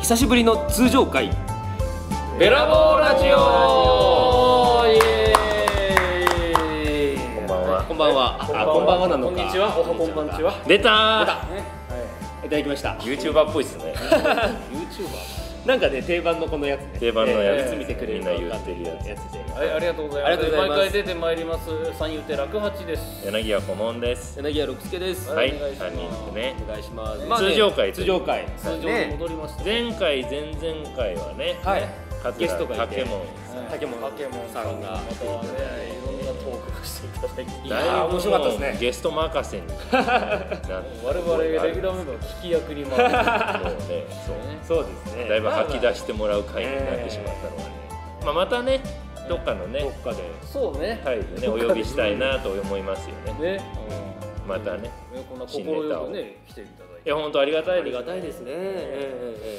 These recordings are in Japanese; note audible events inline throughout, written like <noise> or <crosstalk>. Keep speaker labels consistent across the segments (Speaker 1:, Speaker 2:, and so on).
Speaker 1: 久しぶりの通常回
Speaker 2: ベラボーラジオイエーイ
Speaker 3: こんばんは
Speaker 2: こんばんはあこんばんはなのか
Speaker 1: こんにちはおはこんばんちは
Speaker 2: 出たー
Speaker 1: 出
Speaker 2: いただきました
Speaker 3: YouTuber っぽ
Speaker 2: <laughs>
Speaker 3: いですね
Speaker 2: なんかね定番のこのやつね
Speaker 3: 定番のや
Speaker 2: えー
Speaker 3: つ
Speaker 2: いつ見てくれる
Speaker 3: みんな言ってるやつ
Speaker 2: やつで
Speaker 4: はい、ありがとうございます。
Speaker 2: ありがとうございます
Speaker 4: 毎回出てまいります。三遊亭楽八です。
Speaker 3: 柳家顧問です
Speaker 1: 柳家六助です
Speaker 3: はい
Speaker 4: お願いします
Speaker 3: 3人でね
Speaker 1: お願いします
Speaker 4: まあね
Speaker 3: 通常回と
Speaker 2: 通
Speaker 3: いう
Speaker 2: 常会
Speaker 4: 通常に戻りました。
Speaker 3: 前回前々回はね
Speaker 2: はいゲ
Speaker 3: 桂
Speaker 2: ストがいて
Speaker 3: 竹門
Speaker 2: 竹本さんが
Speaker 4: またね、いろんなトークをしていただいて。
Speaker 2: やー面白かったですね
Speaker 3: ゲスト任せ
Speaker 2: <laughs>
Speaker 3: になっ
Speaker 4: 我々レギュラーメンバーの聞き役に回って
Speaker 3: もうねそう
Speaker 2: そ
Speaker 3: <laughs>
Speaker 2: うですね
Speaker 3: だいぶ吐き
Speaker 2: まあ
Speaker 3: 出してもらう回になってしまったのはねまあまたねどっかのね
Speaker 2: どっかで
Speaker 4: そうね。
Speaker 3: 回でねお呼びしたいなと思いますよね
Speaker 4: ね。
Speaker 3: またね
Speaker 4: ねこんな心よくね来ていただい
Speaker 3: い
Speaker 4: て。
Speaker 3: や本当ありがたい
Speaker 2: ありがたいですすねえ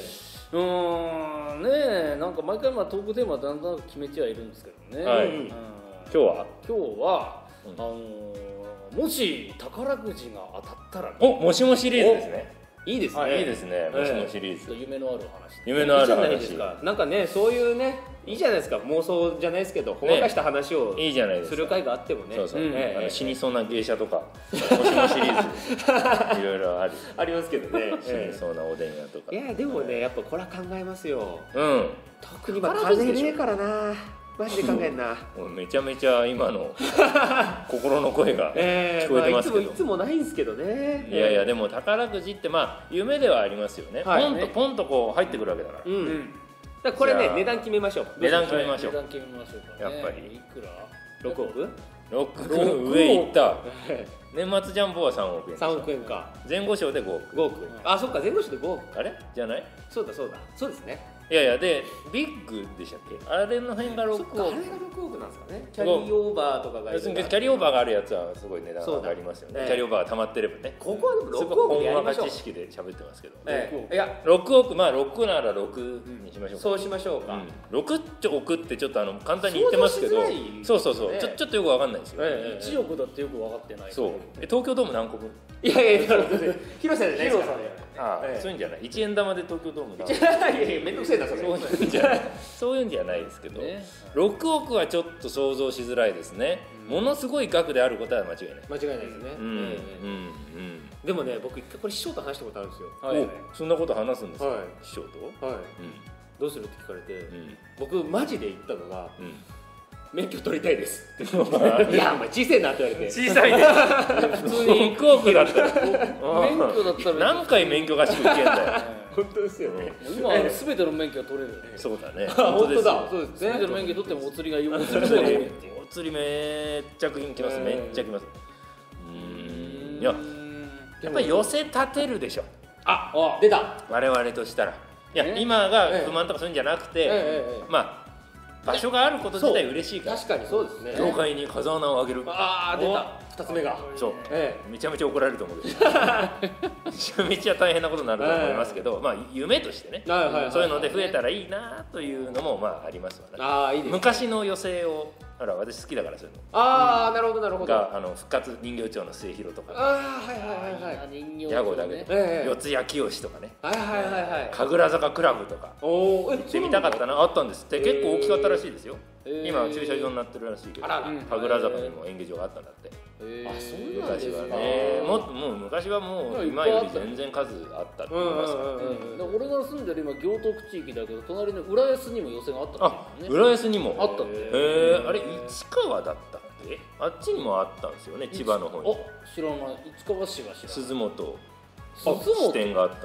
Speaker 4: うーん、ねえ、なんか毎回まあトークテーマだんだん決めちゃいるんですけどね。
Speaker 3: はい
Speaker 4: うん
Speaker 2: 今
Speaker 3: 日は
Speaker 4: 今日は、
Speaker 3: うん
Speaker 4: あのーもし宝くじが当たったら、
Speaker 3: おもしもシリーズですね
Speaker 1: いいです
Speaker 4: はい
Speaker 1: ね
Speaker 3: いいですねもしもシリーズ
Speaker 4: 夢のある話で。
Speaker 3: 夢のあ
Speaker 2: いいじ
Speaker 3: る
Speaker 2: ゃないです
Speaker 3: 話
Speaker 2: かなんかねそういうねいいじゃないですか妄想じゃないですけどほんわかした話を
Speaker 3: いいじゃないです
Speaker 2: す
Speaker 3: か
Speaker 2: る会があってもね
Speaker 3: そうそう、
Speaker 2: ん
Speaker 3: あ
Speaker 2: え
Speaker 3: の
Speaker 2: え
Speaker 3: 死にそうな芸者
Speaker 2: <laughs>
Speaker 3: とかもしもシリーズいろいろある
Speaker 2: ありますけどね、
Speaker 3: 死にそうなおでん屋とか
Speaker 2: いやでもねやっぱこれは考えますよ
Speaker 3: うん
Speaker 2: 特に今風ねえからなマジで考えんな
Speaker 3: もうめちゃめちゃ今
Speaker 2: <laughs>
Speaker 3: の心の声が
Speaker 2: え
Speaker 3: 聞
Speaker 2: え
Speaker 3: こえ
Speaker 2: まあい
Speaker 3: てま
Speaker 2: つ
Speaker 3: す
Speaker 2: も
Speaker 3: け
Speaker 2: い
Speaker 3: ど、
Speaker 2: つもないんですけどね
Speaker 3: いやいやでも宝くじってまあ夢ではありますよね、
Speaker 2: はい
Speaker 3: ポンとポンとこう入ってくるわけだから、
Speaker 2: うん、
Speaker 4: う
Speaker 2: だからこれ
Speaker 3: じ
Speaker 2: ね
Speaker 3: ゃあ
Speaker 2: 値段決めましょう
Speaker 3: 値段決めましょう
Speaker 4: 値段決めましょうかね
Speaker 3: やっぱり
Speaker 4: いくら
Speaker 2: 6億
Speaker 3: ロック上行った年末ジャンボは3億円でしょ
Speaker 2: 3億円か
Speaker 3: 前後賞で5億
Speaker 2: 5億あそっか前後賞で5億
Speaker 3: あれじゃない
Speaker 2: そうだそうだそうですね
Speaker 3: いやいやでビッグでしたっけあれの辺が6
Speaker 2: そっかあ
Speaker 3: 億
Speaker 2: れが6億なんですかねキャリーオーバーとかが
Speaker 3: 要するにキャリーオーバーがあるやつはすごい値段
Speaker 2: そう
Speaker 3: 上
Speaker 2: だ
Speaker 3: がりますよね
Speaker 2: ええ
Speaker 3: キャリーオーバーが溜まってればね
Speaker 2: ここはでも
Speaker 3: す
Speaker 2: 6
Speaker 3: ご
Speaker 2: 億で
Speaker 3: い
Speaker 2: や
Speaker 3: ほ
Speaker 2: り
Speaker 3: ん
Speaker 2: ま
Speaker 3: わ
Speaker 2: し
Speaker 3: か
Speaker 2: ょう
Speaker 3: 知識で喋ってますけど、
Speaker 2: ええいや
Speaker 3: 6億まあ6なら6にしましょうか、
Speaker 2: そうしましょうか、
Speaker 3: うん、6億ってちょっとあの簡単に言ってますけど
Speaker 2: 想像しづらい
Speaker 3: そうそうそう、
Speaker 2: ね
Speaker 3: ちょちょっとよくわかんないんですよ、
Speaker 2: え
Speaker 4: 1億だってよく分かってない
Speaker 3: そうえ東京ドーム何個分
Speaker 2: いやいやいや広さじゃないですから
Speaker 3: ああ、
Speaker 2: ええ
Speaker 3: そういうんじゃない1円玉で東京ドーム何個
Speaker 2: いやいやいやめんどくせえなそれ
Speaker 3: そういうんじゃないそういうんじゃないですけど、
Speaker 4: ね
Speaker 3: 6億はちょっと想像しづらいですね、ものすごい額であることは間違いない
Speaker 2: 間違いないですね、
Speaker 3: うん、うん
Speaker 2: ええ
Speaker 3: うん
Speaker 2: でもね僕一回これ師匠と話したことあるんですよ
Speaker 4: はいはい
Speaker 3: おそんなこと話すんですか、
Speaker 2: は
Speaker 3: 師匠と
Speaker 2: い、はい、
Speaker 3: う
Speaker 2: どうするって聞かれて、
Speaker 3: んうん
Speaker 2: 僕マジで言ったのが
Speaker 3: うん
Speaker 2: 免許取りたいですって言って <laughs> いやお前小せえなって言われて
Speaker 3: 小さいね <laughs> 普通に1億だったら
Speaker 4: 免許だったら
Speaker 3: <laughs> 何回免許合宿行けんだよ
Speaker 2: 本当ですよね、
Speaker 4: 今は全ての免許が取れる
Speaker 3: <laughs>
Speaker 4: よね
Speaker 3: そうだね
Speaker 2: あ本当だそうです
Speaker 4: 全て
Speaker 2: ね
Speaker 4: の免許取ってもお釣りが言う
Speaker 3: お釣りお釣りめっちゃ来ます
Speaker 2: うん
Speaker 3: めっちゃ来ますうーんいややっぱり寄せ立てるでしょ
Speaker 2: ああ出た
Speaker 3: 我々としたらいや
Speaker 4: ね
Speaker 3: 今が不満とかそういうんじゃなく
Speaker 2: ええ
Speaker 3: て
Speaker 2: えええ
Speaker 3: まあ場所があること自体嬉しいから
Speaker 2: 確かにそうですね
Speaker 3: 業界に風穴をあげる
Speaker 2: ああ出た2つ目が
Speaker 3: そう
Speaker 2: え
Speaker 3: めちゃめちゃ怒られると思うけどめちゃめちゃ大変なことになると思いますけど、まあ夢としてね、
Speaker 2: はいはいはいはい
Speaker 3: そういうので増えたらいいなというのもまあありますわ
Speaker 2: え
Speaker 3: ね
Speaker 2: ああいいです
Speaker 3: 昔の寄席をほら私好きだからそういう
Speaker 2: ああなるほどなるほ
Speaker 3: の
Speaker 2: どあ
Speaker 3: があの復活人形町の末広とか
Speaker 2: あはいはいはいはい
Speaker 4: 人形
Speaker 3: 屋号だけで、
Speaker 2: ええ
Speaker 3: 四谷清とかね
Speaker 2: はいはいはいはい
Speaker 3: 神楽坂クラブとか
Speaker 2: おおえ
Speaker 3: 行ってみたかったなあったんですって結構大きかったらしいですよ、
Speaker 4: ー
Speaker 3: 今駐車場になってるらしいけど
Speaker 2: あらら
Speaker 3: 神楽坂にも演芸場があったんだって
Speaker 4: あそうなんで
Speaker 3: 昔
Speaker 4: す
Speaker 3: は
Speaker 4: か
Speaker 3: ねもっともう昔はもう今より全然数あったと
Speaker 2: うん
Speaker 3: 思い
Speaker 2: うん
Speaker 3: ますよ
Speaker 2: うんうんうん
Speaker 4: だから俺が住んでる今行徳地域だけど隣の浦安にも寄せがあった
Speaker 3: あ
Speaker 4: んだよね
Speaker 3: 浦安にも
Speaker 4: あったんだ
Speaker 3: え
Speaker 4: よ
Speaker 3: ー、あれ市川だったっけあっちにもあったんですよね千葉の方に
Speaker 4: あ知らない市川市は知らない
Speaker 3: 鈴本
Speaker 4: 鈴
Speaker 3: 支
Speaker 4: 本
Speaker 3: 店があった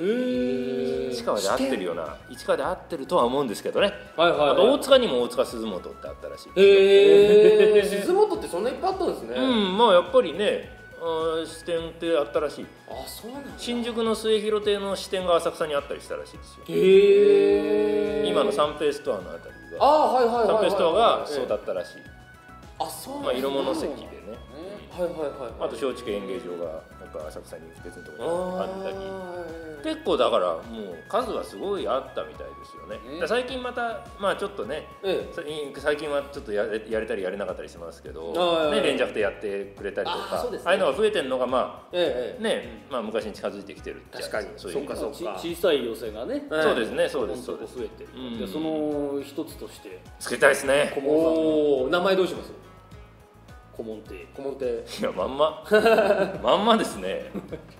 Speaker 2: へえ
Speaker 3: 市川で合ってるような市川で合ってるとは思うんですけどね
Speaker 2: はいはい
Speaker 3: あ
Speaker 2: はい
Speaker 3: と大塚にも大塚鈴本ってあったらしい、
Speaker 2: へえ鈴本ってそんないっぱいあったんですね
Speaker 3: うんまあやっぱりねあー支店ってあったらしい
Speaker 2: あそうなんだ
Speaker 3: 新宿の末広亭の支店が浅草にあったりしたらしいですよ
Speaker 2: へえ
Speaker 3: 今の三平ストアのあたり
Speaker 2: あ
Speaker 3: が
Speaker 2: あはいはいはいはい
Speaker 3: 三平ストアがそうだったらしい、
Speaker 2: あそうなん
Speaker 3: まあ、色物席でね
Speaker 4: ねはいはいはい
Speaker 3: あと松竹演芸場がなんか浅草に別のところにあったり
Speaker 4: あ
Speaker 3: 結構だからもう数はすごいあったみたいですよね
Speaker 4: ね
Speaker 3: だから最近またまあちょっとね
Speaker 4: りええ
Speaker 3: さ最近はちょっとやれやれたりやれなかったりしますけ
Speaker 4: あ
Speaker 3: ど、
Speaker 4: あ
Speaker 3: ね、
Speaker 4: ああ
Speaker 3: 連着でやってくれたりと
Speaker 4: ああ
Speaker 3: か
Speaker 4: そうですね
Speaker 3: ああいうのが増えてるのがま
Speaker 4: え
Speaker 3: あね、まあ、昔に近づいてきてるって
Speaker 2: 確かに
Speaker 3: そういう意味では
Speaker 2: そっか
Speaker 4: ち小さい寄せがね、
Speaker 3: そうですねそう
Speaker 4: ポ
Speaker 3: で
Speaker 4: ン
Speaker 3: す
Speaker 4: と
Speaker 3: そう
Speaker 4: こ
Speaker 3: で
Speaker 4: う
Speaker 3: す
Speaker 4: 増えて、
Speaker 3: うん
Speaker 4: でその一つとして
Speaker 3: 作りたいですね
Speaker 4: 古門
Speaker 2: おお名前どうします
Speaker 4: 古門亭
Speaker 2: 顧問って
Speaker 3: いやまんままんまですね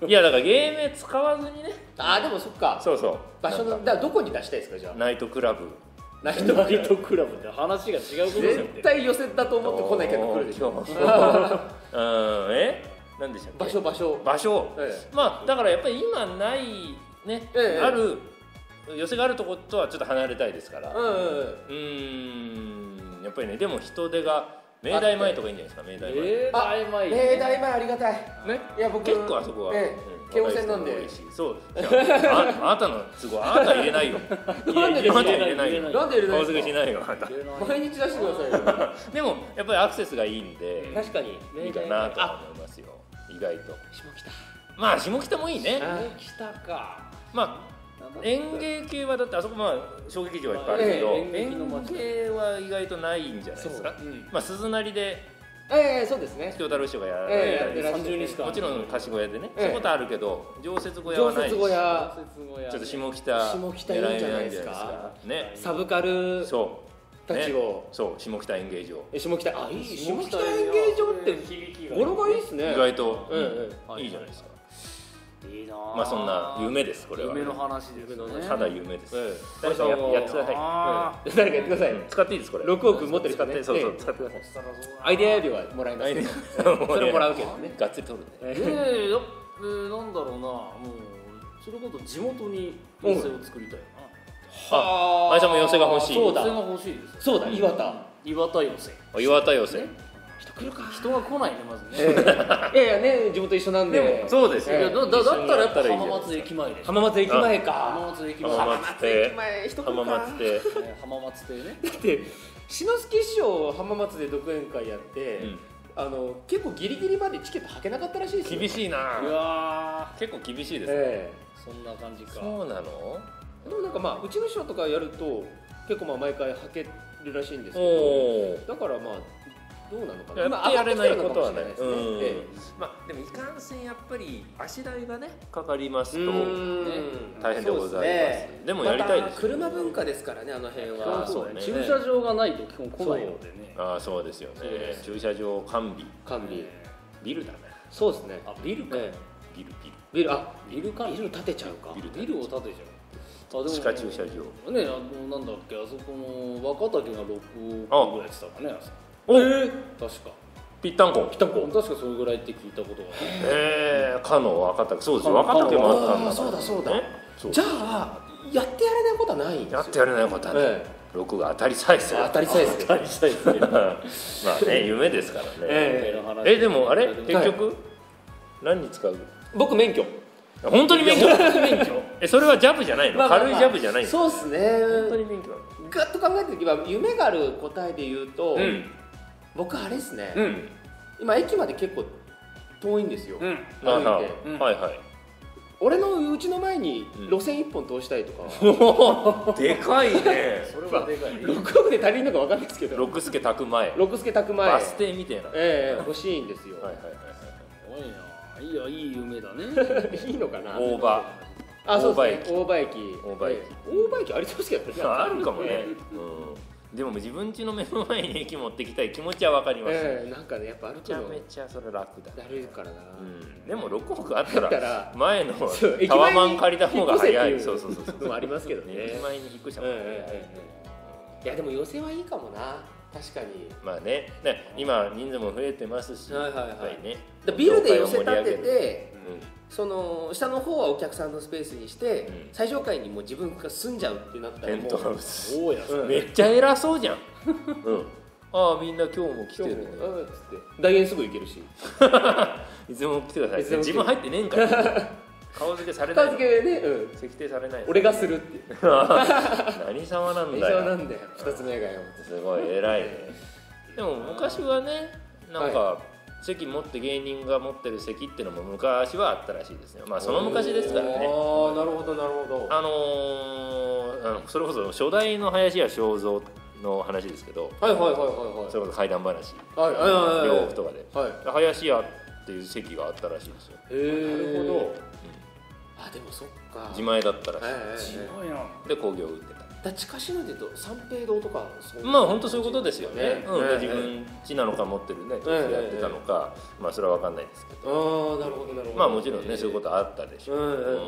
Speaker 3: いやだから芸名使わずにね
Speaker 2: ああでもそっか
Speaker 3: そうそう
Speaker 2: 場所のだ
Speaker 3: なん
Speaker 2: か
Speaker 3: から
Speaker 2: どこに出したいですかじゃ
Speaker 3: ナイトクラブ
Speaker 2: あナイト
Speaker 4: ナイトクラブって話が違うことですよ
Speaker 2: 絶対寄せだと思って来ない客が来るでしょ
Speaker 3: <laughs> ょうんえ何でしたっけ
Speaker 2: 場所場所
Speaker 3: 場所、
Speaker 2: え
Speaker 3: まあだからやっぱり今ないね、
Speaker 2: ええ
Speaker 3: ある寄せがあるとことはちょっと離れたいですから
Speaker 2: うんうんうん
Speaker 3: うーんやっぱりねでも人手が明大前とかいいんじゃないですか明大前、
Speaker 4: え
Speaker 2: あ
Speaker 4: 大前
Speaker 2: 明大前ありがたい
Speaker 3: ね
Speaker 2: いや僕
Speaker 3: 結構あそこは、
Speaker 2: ええ京王線なんで
Speaker 3: 若い人も多いしそういやあ <laughs> あなたの都合あなた入
Speaker 2: <laughs>
Speaker 3: れないよ
Speaker 2: なんでです
Speaker 3: あ
Speaker 2: か
Speaker 3: なた入れないよ
Speaker 2: なんで入れない
Speaker 3: 大
Speaker 2: んです
Speaker 3: 阪し
Speaker 2: か
Speaker 3: ないよあな
Speaker 2: <laughs>
Speaker 3: た
Speaker 2: 毎日出して <laughs> くださいよ
Speaker 3: でもやっぱりアクセスがいいんで
Speaker 2: 確かに
Speaker 3: いいかなとは思いますよ意外と
Speaker 2: 下北
Speaker 3: まあ下北もいいね
Speaker 2: あ
Speaker 4: 来たか
Speaker 3: まあ演芸系はだってあそこまあ小劇場はいっぱいあるけど、
Speaker 4: ええ演劇の
Speaker 3: 演
Speaker 4: 街
Speaker 3: 芸は意外とないんじゃないですか、
Speaker 2: そううん
Speaker 3: まあ鈴なりで
Speaker 2: ええそうですね
Speaker 3: 京太郎師匠がやら
Speaker 2: ええ
Speaker 3: れた
Speaker 2: やって
Speaker 3: り、
Speaker 2: らっしゃ
Speaker 4: 30日間
Speaker 3: もちろん貸し小屋でね、
Speaker 2: ええ
Speaker 3: そういうことあるけど常設小屋は
Speaker 2: 常
Speaker 3: ないし
Speaker 2: 設小屋
Speaker 3: ちょっと
Speaker 4: っ
Speaker 3: 下北
Speaker 2: 下北いいんじゃないですか
Speaker 3: 狙い目なんじゃないですかね
Speaker 2: サブカル
Speaker 3: そう
Speaker 2: たちを
Speaker 3: そう下北演芸場
Speaker 2: え下北あいい下北演芸場
Speaker 4: 場
Speaker 2: って
Speaker 4: 響き
Speaker 2: 語呂がいいですね
Speaker 3: 意外と、
Speaker 2: ええ
Speaker 3: うんいいじゃないですか
Speaker 4: いいな
Speaker 3: まあそんな夢ですこれは
Speaker 4: 夢の話ですね
Speaker 3: ただ夢です、
Speaker 2: え
Speaker 3: 誰かや
Speaker 2: そう
Speaker 3: やってください
Speaker 4: あ
Speaker 2: 誰かやってください
Speaker 3: うん使っていいですこれ
Speaker 2: 6億持ってる人
Speaker 3: 使っ
Speaker 2: ね
Speaker 3: てそうそう
Speaker 2: ええ
Speaker 3: 使ってく <laughs> ださい
Speaker 4: ーそしたら
Speaker 2: アイデア料はもらいますけどそれもらうけどね
Speaker 3: がっつり取るね
Speaker 4: そうだなええやっえーなんだろうなもうそれこそ地元に寄せを作りたいよ
Speaker 3: <laughs> ああいちゃんも寄せが欲しい
Speaker 2: そう
Speaker 4: な
Speaker 2: だ
Speaker 4: 寄せが欲しいです
Speaker 2: そ
Speaker 4: よ
Speaker 2: うだ岩田
Speaker 4: 岩田寄せ
Speaker 3: 岩田寄せ、
Speaker 2: 人来るか
Speaker 4: 人が来ないねまずね
Speaker 2: ええいやいやね地元一緒なんで
Speaker 3: そうです
Speaker 2: え
Speaker 3: よ、
Speaker 2: え
Speaker 4: いやだだだったらやっぱ
Speaker 3: 一緒にや
Speaker 4: 浜
Speaker 3: ったらいいじゃない
Speaker 4: 松駅前でしょ
Speaker 2: 浜松駅前
Speaker 4: 浜
Speaker 2: か
Speaker 4: 松駅前
Speaker 3: 浜
Speaker 4: 浜
Speaker 3: 松亭
Speaker 2: 前人
Speaker 3: 浜松亭
Speaker 4: 浜松亭ね
Speaker 2: だって志の輔師匠浜松で独演会やって、
Speaker 3: うん
Speaker 2: あの結構ギリギリまでチケットはけなかったらしいですよ
Speaker 3: 厳しいな
Speaker 4: うわ
Speaker 3: 結構厳しいですね、
Speaker 2: え
Speaker 4: ーそんな感じか
Speaker 3: そうなの
Speaker 2: えでもなんかまあうちの師匠とかやると結構まあ毎回はけるらしいんですけ
Speaker 3: お
Speaker 2: ど
Speaker 3: お
Speaker 2: だからまあどうなのかな
Speaker 3: やってやれないことはない
Speaker 2: 今上がってき
Speaker 3: う
Speaker 2: てるのかもしれないですねえ
Speaker 3: んまあでもいかんせんやっぱり足代がねかかります
Speaker 2: え
Speaker 3: と
Speaker 2: うん
Speaker 3: 大変でご
Speaker 2: そうす
Speaker 3: ざいます
Speaker 2: ね
Speaker 3: でもやりたいで
Speaker 2: ま
Speaker 3: すよ
Speaker 2: た車文化ですからねあの辺
Speaker 3: あ
Speaker 2: は
Speaker 3: ーそうね
Speaker 4: 駐車場がないと基本来ないのでね
Speaker 3: ああそうですよね
Speaker 2: そうです
Speaker 3: 駐車場完備
Speaker 2: 管理
Speaker 3: ビルだね
Speaker 2: そうですね
Speaker 4: あビルか
Speaker 2: ええ
Speaker 3: ビルビ
Speaker 2: ビルあ
Speaker 4: ビルか
Speaker 2: ビル建てちゃうか
Speaker 3: ビル
Speaker 4: ビルを建てちゃうあ
Speaker 3: ル地下駐車場
Speaker 4: 場ねあのなんだっけあそこの若竹が6億ぐらいって言ったかねあそこ
Speaker 3: お
Speaker 4: 確か
Speaker 3: ぴったんこ
Speaker 2: ピタコ
Speaker 4: 確かそれぐらいって聞いたことがある
Speaker 3: ええかの若竹そうですよ
Speaker 4: かの
Speaker 3: 若竹もあったんだから
Speaker 2: あーそうだそうだ
Speaker 3: ねそう
Speaker 2: じゃあやってやれないことはないんですよ
Speaker 3: やってやれないことはね
Speaker 2: え
Speaker 3: 6が当たりさえすれば
Speaker 2: 当たりさえです
Speaker 4: 大したいですね
Speaker 3: <laughs> まあね夢ですからね
Speaker 2: え
Speaker 4: 夢の話
Speaker 3: えでもあれ
Speaker 4: はい
Speaker 3: 結局何に使う
Speaker 2: 僕免許
Speaker 3: 本当に免許免許えそれはジャブじゃないの
Speaker 2: まあまあまあ
Speaker 3: 軽いジャブじゃないの
Speaker 2: そうっすね
Speaker 3: に免許
Speaker 2: ガッと考えた時は夢がある答えで言うと、
Speaker 3: うん
Speaker 2: 僕あれですね、
Speaker 3: うん
Speaker 2: 今駅まで結構遠いんですよ、
Speaker 4: うん
Speaker 3: あ
Speaker 2: 歩いて
Speaker 3: は
Speaker 4: うん
Speaker 3: はいはい
Speaker 2: 俺のうちの前に
Speaker 3: うん
Speaker 2: 路線一本通したいとか、
Speaker 3: おおでかいね
Speaker 4: それはでかい
Speaker 2: 六6億で足りんのか分かんないですけど
Speaker 3: 六助宅前
Speaker 2: 六助宅前
Speaker 3: バス停みたいなはい
Speaker 2: ええ欲しいんですよ、
Speaker 3: はいはい
Speaker 4: 多いないいやいい夢だね
Speaker 2: いいのかな
Speaker 3: はい大場
Speaker 2: あそうですね
Speaker 3: 大
Speaker 2: 大場駅
Speaker 3: 大場駅
Speaker 2: ええ大場駅ありそうですけどね
Speaker 3: あるかもねうんでも自分家の目の前に駅持ってきたい気持ちはわかりますめ
Speaker 2: ええなんかねやっぱ歩く
Speaker 3: ちゃ
Speaker 2: の
Speaker 3: めちゃそれ楽だ
Speaker 2: だるいからな、
Speaker 3: うんでも6億あった
Speaker 2: だった
Speaker 3: ら
Speaker 2: ら
Speaker 3: 前の
Speaker 2: そう駅前に
Speaker 3: タワマン借りた方が早
Speaker 2: 引っ
Speaker 3: い
Speaker 2: 越
Speaker 3: そ
Speaker 2: せっ
Speaker 3: う
Speaker 2: ていう
Speaker 3: そうそうそう
Speaker 2: のもありますけどね
Speaker 3: 駅前に引っ越した
Speaker 2: え
Speaker 3: 方が
Speaker 2: ええ
Speaker 3: 早い
Speaker 2: えええいやでも寄せはいいかもな確かに
Speaker 3: まあねね今人数も増えてますし
Speaker 2: はいはいはい
Speaker 3: やっぱりね
Speaker 2: だからビルで寄せ立て
Speaker 3: 業界を盛り上げる
Speaker 2: てその下の方はお客さんのスペースにして、
Speaker 3: うん
Speaker 2: 最上階にもう自分が住んじゃうってなった
Speaker 3: う
Speaker 2: らも
Speaker 3: んペン
Speaker 2: う
Speaker 3: トハウス
Speaker 4: そうや
Speaker 2: うん
Speaker 3: めっちゃ偉そ
Speaker 2: <laughs>
Speaker 3: うじゃん。うん。ああみんな今日も来て
Speaker 2: 今日も
Speaker 3: るね。
Speaker 2: うんっつって大円すぐ行けるし
Speaker 3: いつも来てください。
Speaker 2: いつでも来
Speaker 3: 自
Speaker 2: て
Speaker 3: 分入ってねえんから。
Speaker 2: <laughs>
Speaker 3: 顔付けされな
Speaker 2: 片
Speaker 3: い。
Speaker 2: 付けね、うん、
Speaker 3: 設定されない。
Speaker 2: 俺がするっていう
Speaker 3: 何様なん
Speaker 2: 印
Speaker 3: だ
Speaker 2: 象な
Speaker 3: よ。
Speaker 2: んだよ二つ目がよ
Speaker 3: すごい偉いね。でも昔はねなんか席持って芸人が持ってる席っていうのも昔はあったらしいですねまあその昔ですからね
Speaker 2: ああなるほどなるほど
Speaker 3: あのーあのそれこそ初代の林家正蔵の話ですけど
Speaker 2: はいはいはいはい
Speaker 3: それこそ怪談話
Speaker 2: はいはいはい
Speaker 3: 洋
Speaker 2: はい
Speaker 3: 服とかで
Speaker 2: はい
Speaker 3: 林家っていう席があったらしいですよ
Speaker 2: へえ
Speaker 4: なるほ
Speaker 2: あでもそっか
Speaker 3: 自前だったらし
Speaker 2: はいはいはい
Speaker 4: すごいな
Speaker 3: いで興行を売ってた
Speaker 2: だ近しいので言うと三平堂とかそう
Speaker 3: まあ本当そういうことですよね、
Speaker 2: ね
Speaker 3: うん
Speaker 2: ね
Speaker 3: 自分家なのか持ってるね土地でやってたのか、まあそれは分かんないですけど、
Speaker 2: ああなるほどなるほど
Speaker 3: まあもちろんねそういうことあったでしょう、
Speaker 2: うんうんうんうん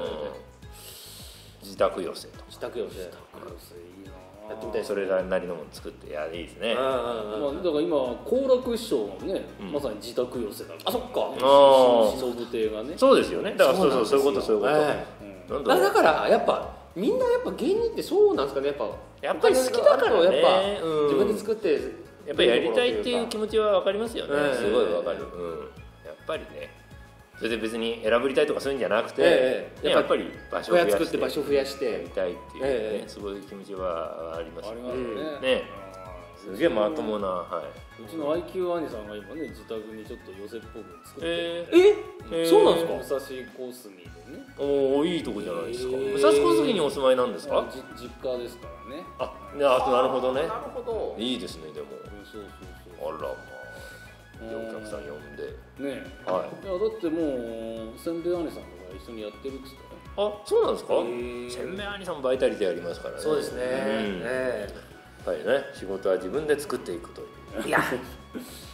Speaker 3: 自宅寄せと
Speaker 2: 自宅用でや
Speaker 4: や
Speaker 2: っ
Speaker 4: ってて
Speaker 2: みたい
Speaker 4: みたい
Speaker 2: です
Speaker 3: それなりのもの作っていやいいですね、あ
Speaker 4: ま
Speaker 2: あ
Speaker 4: あ、だから今好楽師匠のね、
Speaker 3: うん
Speaker 4: まさに自宅寄せだから
Speaker 2: あそっか
Speaker 3: あ
Speaker 4: しのぶ亭がね
Speaker 3: そうですよねだからそうそうそういう
Speaker 2: な
Speaker 3: こ
Speaker 2: ん
Speaker 3: と
Speaker 2: です
Speaker 3: そう
Speaker 2: よ
Speaker 3: いうこと、
Speaker 2: はい
Speaker 4: うん
Speaker 3: なんだ
Speaker 2: あ
Speaker 3: ろう
Speaker 2: だからやっぱみんなやっぱ芸人ってそうなんですかねやっぱ
Speaker 3: やっぱり
Speaker 2: お金があると
Speaker 3: 好きだから
Speaker 2: や
Speaker 3: ね
Speaker 2: っぱ、
Speaker 3: うん
Speaker 2: 自分で作って
Speaker 3: やっぱりやりたいっていう気持ちは分かりますよね、
Speaker 2: ええ
Speaker 3: すごい分かる、うん、やっぱりねそれで別に選ぶりたいとかそういうんじゃなくて、
Speaker 2: ええええ
Speaker 3: ね
Speaker 2: や
Speaker 3: や
Speaker 2: っ
Speaker 3: っ
Speaker 2: ぱ
Speaker 3: ぱ
Speaker 2: り
Speaker 3: り場所
Speaker 2: 小
Speaker 3: を
Speaker 2: 屋
Speaker 3: 増や
Speaker 2: 作っ
Speaker 3: してて
Speaker 2: 場所増やして
Speaker 3: やりたいっていうね、
Speaker 2: ええ
Speaker 3: そういう気持ちはあります
Speaker 4: あ
Speaker 3: よ
Speaker 4: り
Speaker 3: ね
Speaker 4: ますね,、
Speaker 3: ねすげえまとも
Speaker 4: う
Speaker 3: なは
Speaker 4: ちの IQ 兄さんが今ね自宅にちょっと寄せっぽく作って、
Speaker 3: いえ
Speaker 2: え
Speaker 3: えー
Speaker 2: そうなんで
Speaker 4: 武
Speaker 2: すか
Speaker 4: 蔵小隅でね
Speaker 3: ー、おおいいとこじゃないですか
Speaker 2: えー
Speaker 3: 武蔵小杉にお住まいなんですか
Speaker 4: じ実家ですからね
Speaker 3: あねあとなるほどね
Speaker 2: なるほど
Speaker 3: いいですねでも
Speaker 4: うんそうそう
Speaker 3: あらまあ
Speaker 4: そう
Speaker 3: でお客さん呼んで
Speaker 4: うんねえ
Speaker 3: は
Speaker 4: い
Speaker 3: い
Speaker 4: やだってもうせんべい兄さんとか一緒にやってるっつったよ
Speaker 3: あそうなんですか
Speaker 2: へー
Speaker 3: せんべい兄さんバイタリティありますからね
Speaker 2: そうですね、
Speaker 3: うんやっ
Speaker 2: え
Speaker 3: ぱりね仕事は自分で作っていくという
Speaker 2: <laughs> えいや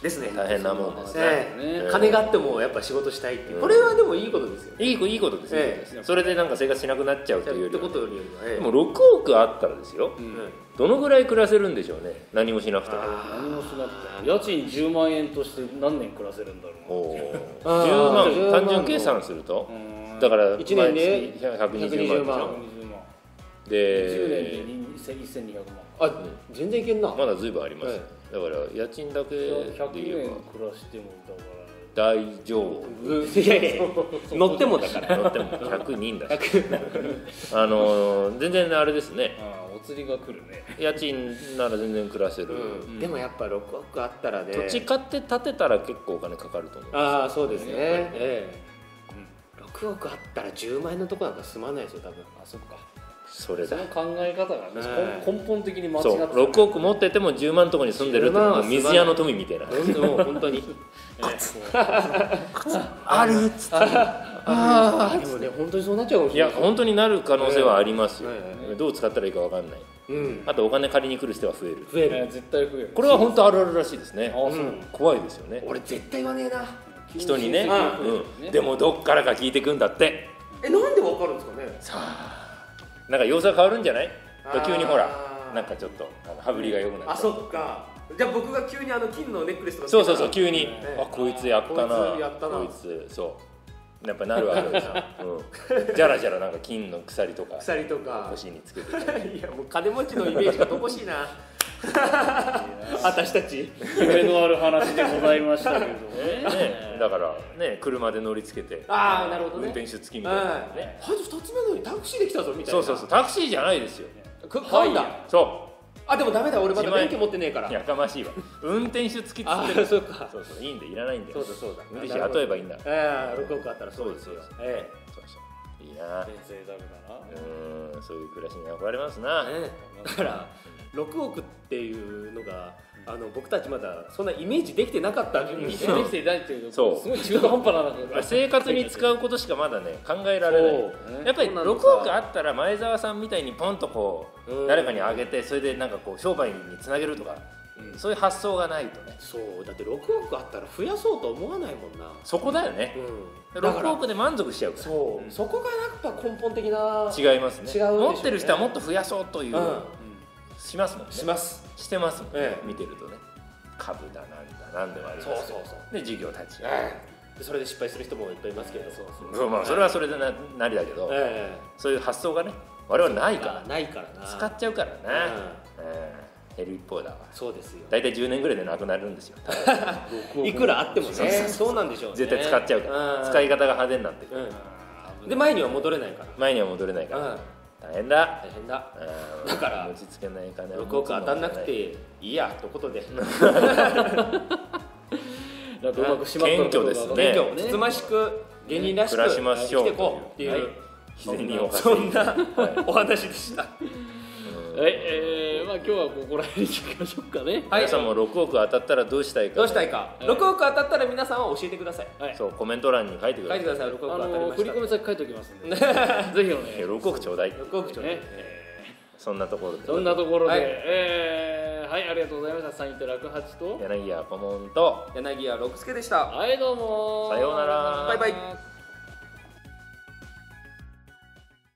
Speaker 2: ですね
Speaker 3: 大変なもんですね
Speaker 2: ええ
Speaker 3: ええ
Speaker 2: 金があってもやっぱ仕事したいっていう、
Speaker 3: うん
Speaker 2: これはでもいいことですよね
Speaker 3: いいこいいことですね、
Speaker 2: え
Speaker 4: え
Speaker 3: それでなんか生活しなくなっちゃうというよ
Speaker 2: っ
Speaker 3: り
Speaker 2: て
Speaker 3: は
Speaker 2: ことよりはええ
Speaker 3: でも6億あったらですよ、
Speaker 4: うん
Speaker 2: うん
Speaker 3: どのぐらい暮らせるんでしょうね何もしなくても
Speaker 2: あ
Speaker 4: 何もしなくて家賃10万円として何年暮らせるんだろう
Speaker 3: おー
Speaker 2: あー
Speaker 3: 10
Speaker 2: 10
Speaker 3: 万
Speaker 2: 万
Speaker 3: 単純計算すると
Speaker 4: なう、ーん
Speaker 3: だから
Speaker 2: 一年で
Speaker 3: 毎月120
Speaker 2: 120
Speaker 3: 万
Speaker 2: 万
Speaker 4: 120万
Speaker 3: でしょ
Speaker 4: 10
Speaker 3: で
Speaker 4: 年で1200万
Speaker 2: あ全然いけんな、
Speaker 3: まだ随分あります、
Speaker 2: え
Speaker 3: だから家賃だけで
Speaker 4: 100
Speaker 3: 言え
Speaker 4: 年
Speaker 3: ば
Speaker 4: 暮らしてもだから
Speaker 3: 大丈夫
Speaker 2: いやいや <laughs> 乗ってもだから
Speaker 3: 乗っても100人だしあのー全然あれですね
Speaker 4: ああお釣りが来るね
Speaker 3: 家賃なら全然暮らせる、
Speaker 2: うんでもやっぱ6億あったらね
Speaker 3: 土地買って建てたら結構お金かかると思う
Speaker 2: ああそうですねええ6億あったら10万円のとこなんか住まないですよ多分
Speaker 4: あそっか
Speaker 3: それ
Speaker 4: そ
Speaker 3: だ
Speaker 4: の考え方がね
Speaker 2: ね
Speaker 4: 根根本的に間違って
Speaker 3: そう
Speaker 4: た
Speaker 3: 6億持ってても10万とこに住んでるって
Speaker 2: 10万は
Speaker 3: もう水屋の富みたいな
Speaker 2: 本当もう本当に
Speaker 3: あるっつって
Speaker 2: ああでもね本当にそうなっちゃうかもし
Speaker 3: い
Speaker 2: れな
Speaker 3: や
Speaker 2: い
Speaker 3: 本当になる可能性はありますよ、
Speaker 2: ええ
Speaker 3: どう使ったらいいか分かんない
Speaker 2: うん
Speaker 3: あとお金借りに来る人は増える
Speaker 2: 増え
Speaker 4: え
Speaker 2: る
Speaker 4: ー絶対増える
Speaker 3: これは本当あるあるらしいですね
Speaker 4: ああそう
Speaker 2: うん
Speaker 3: 怖いですよね
Speaker 2: 俺絶対言わねえな
Speaker 3: 人にね、
Speaker 4: 急
Speaker 2: 親戚
Speaker 4: 増える
Speaker 3: うん
Speaker 4: ね
Speaker 3: でもどっからか聞いてくんだって
Speaker 2: えなんでわかるんですかね
Speaker 3: なんか様子が変わるんじゃない
Speaker 2: あー
Speaker 3: 急にほらなんかちょっとあの羽振りが良くなっちゃ
Speaker 2: あ
Speaker 3: う
Speaker 2: そっかじゃあ僕が急にあの金のネックレスとか
Speaker 3: そうそうそう
Speaker 2: つけ
Speaker 3: 急に、
Speaker 2: ね
Speaker 3: あこいつやったな
Speaker 2: こいつやったな
Speaker 3: こいつそうやっぱなる
Speaker 2: <laughs>
Speaker 3: わけですよ、うん、じゃらじゃらなんか金の鎖とか
Speaker 2: たら鎖とか
Speaker 3: 腰につけて
Speaker 2: <laughs> いやもう金持ちのイメージが乏しいな <laughs> 私たち
Speaker 4: 夢のある話でございました
Speaker 3: <laughs>
Speaker 4: けどね
Speaker 3: ねだからね車で乗りつけて
Speaker 2: あーなるほどね
Speaker 3: 運転手付きみたいな
Speaker 2: は
Speaker 3: の
Speaker 2: い
Speaker 3: ね、
Speaker 2: はい2つ目のにタクシーで来たぞみたい
Speaker 3: そ
Speaker 2: な
Speaker 3: うそうそうタクシーじゃないですよ
Speaker 2: く買うんだ、
Speaker 3: そ
Speaker 2: あでもダメだ俺まだ
Speaker 3: 一万円
Speaker 2: 免許持ってねえから
Speaker 3: うやかましいわ運転手付きっつ
Speaker 2: あ
Speaker 3: って
Speaker 2: ー
Speaker 3: る
Speaker 2: そうか
Speaker 3: そうそういいんでいらないんで
Speaker 2: そうだそうだ
Speaker 3: 運転手雇えばいいんだ
Speaker 2: ええ6億あったらそうですよ
Speaker 3: そう
Speaker 2: え
Speaker 3: そうそういいな
Speaker 4: 全然ダメだな
Speaker 3: うーんそういう暮らしに憧れますな、
Speaker 2: えねえだから6億っていうのがあの僕たちまだそんなイメージできてなかったんで
Speaker 4: 一
Speaker 2: す
Speaker 4: 緒
Speaker 2: よ
Speaker 4: に
Speaker 2: ね
Speaker 4: できていないっていうの
Speaker 3: そう
Speaker 4: すごい中途半端なのが
Speaker 3: 生活に使うことしかまだね考えられない
Speaker 2: そう
Speaker 4: ね
Speaker 3: やっぱり
Speaker 2: そうなの
Speaker 3: 6
Speaker 2: さ
Speaker 3: 億あったら前澤さんみたいにポンとこ
Speaker 2: う
Speaker 3: うん誰かにあげてそれでなんかこう商売につなげるとかそういう発想がないとね
Speaker 2: そうだって6億あったら増やそうと思わないもんな
Speaker 3: そこだよね
Speaker 2: うんだか
Speaker 3: 6
Speaker 2: ら
Speaker 3: 億で満足しちゃうか
Speaker 2: そう、そこがやっぱ根本的な
Speaker 3: ら違います
Speaker 2: 違う
Speaker 3: ね
Speaker 2: んでしょうね
Speaker 3: 持ってる人はもっと増やそうという
Speaker 2: うん
Speaker 3: しますもんね
Speaker 2: します
Speaker 3: してますもんね
Speaker 2: ええ
Speaker 3: 見てるとね株だなんだなんでもあり
Speaker 2: そう
Speaker 3: ますけ
Speaker 2: そ
Speaker 3: ど
Speaker 2: うそう
Speaker 3: で事業立ち上げ
Speaker 2: ええでそれで失敗する人もいっぱいいますけどそうそう
Speaker 3: そうまあそれはそれでななりだけど
Speaker 2: え
Speaker 3: そういう発想がね我々ない
Speaker 2: え
Speaker 3: か
Speaker 2: ないからな
Speaker 3: ら使っちゃうから
Speaker 2: うん
Speaker 3: ねうん減る一方だわ
Speaker 2: そうですよ
Speaker 3: 大体10年ぐらいでなくなるんですよ
Speaker 2: いくらあってもね
Speaker 3: そうそう
Speaker 2: そうなんでしょうね
Speaker 3: 絶対使っちゃうから、
Speaker 2: ん
Speaker 3: 使い方が派手になってくる
Speaker 2: うんで前には戻れないか
Speaker 3: 前には戻れないからら、
Speaker 2: うん
Speaker 3: 大変だ
Speaker 2: 大変だ
Speaker 3: うん
Speaker 2: だから
Speaker 3: 持ちつけない金は <laughs>
Speaker 2: 6億当たんなくていいやということで
Speaker 4: なんかうまく締まった
Speaker 3: 謙虚ですね
Speaker 2: 今日つつましく芸人らしく
Speaker 3: 暮らしましょう
Speaker 2: 生きてこうっていう、
Speaker 3: はい自然にお
Speaker 2: そん
Speaker 3: 話
Speaker 2: なお話でした。
Speaker 4: はい、えー、まあ今日はここら辺にしましょうかね。
Speaker 2: はい
Speaker 3: 皆さんも6億当たったらどうしたいか
Speaker 2: どうしたいか、
Speaker 4: えー
Speaker 2: 6億当たったら皆さんは教えてください。
Speaker 4: はい。
Speaker 3: そうコメント欄に書いてく
Speaker 2: 書
Speaker 3: だ
Speaker 2: い
Speaker 3: さ
Speaker 2: て
Speaker 3: い
Speaker 2: ください、6億
Speaker 4: あ
Speaker 2: 当たり
Speaker 4: の
Speaker 2: ま
Speaker 4: 振
Speaker 2: し
Speaker 4: り
Speaker 2: た。
Speaker 4: 込み先書いておきます
Speaker 3: <laughs>
Speaker 4: んで、ぜひお願いし
Speaker 3: え
Speaker 4: ま
Speaker 3: 6億ちょうだい
Speaker 2: 6億ちょ
Speaker 4: す
Speaker 2: うだい
Speaker 4: ね
Speaker 2: ね。。
Speaker 3: そんなところで
Speaker 4: そんなところで、
Speaker 2: はい
Speaker 4: えーはい、ありがとうございました。サインと楽八と、
Speaker 3: 柳家顧問と
Speaker 2: 柳家六輔でした。
Speaker 4: はい、どうもー
Speaker 3: さようなら
Speaker 2: バイバイ
Speaker 4: イ。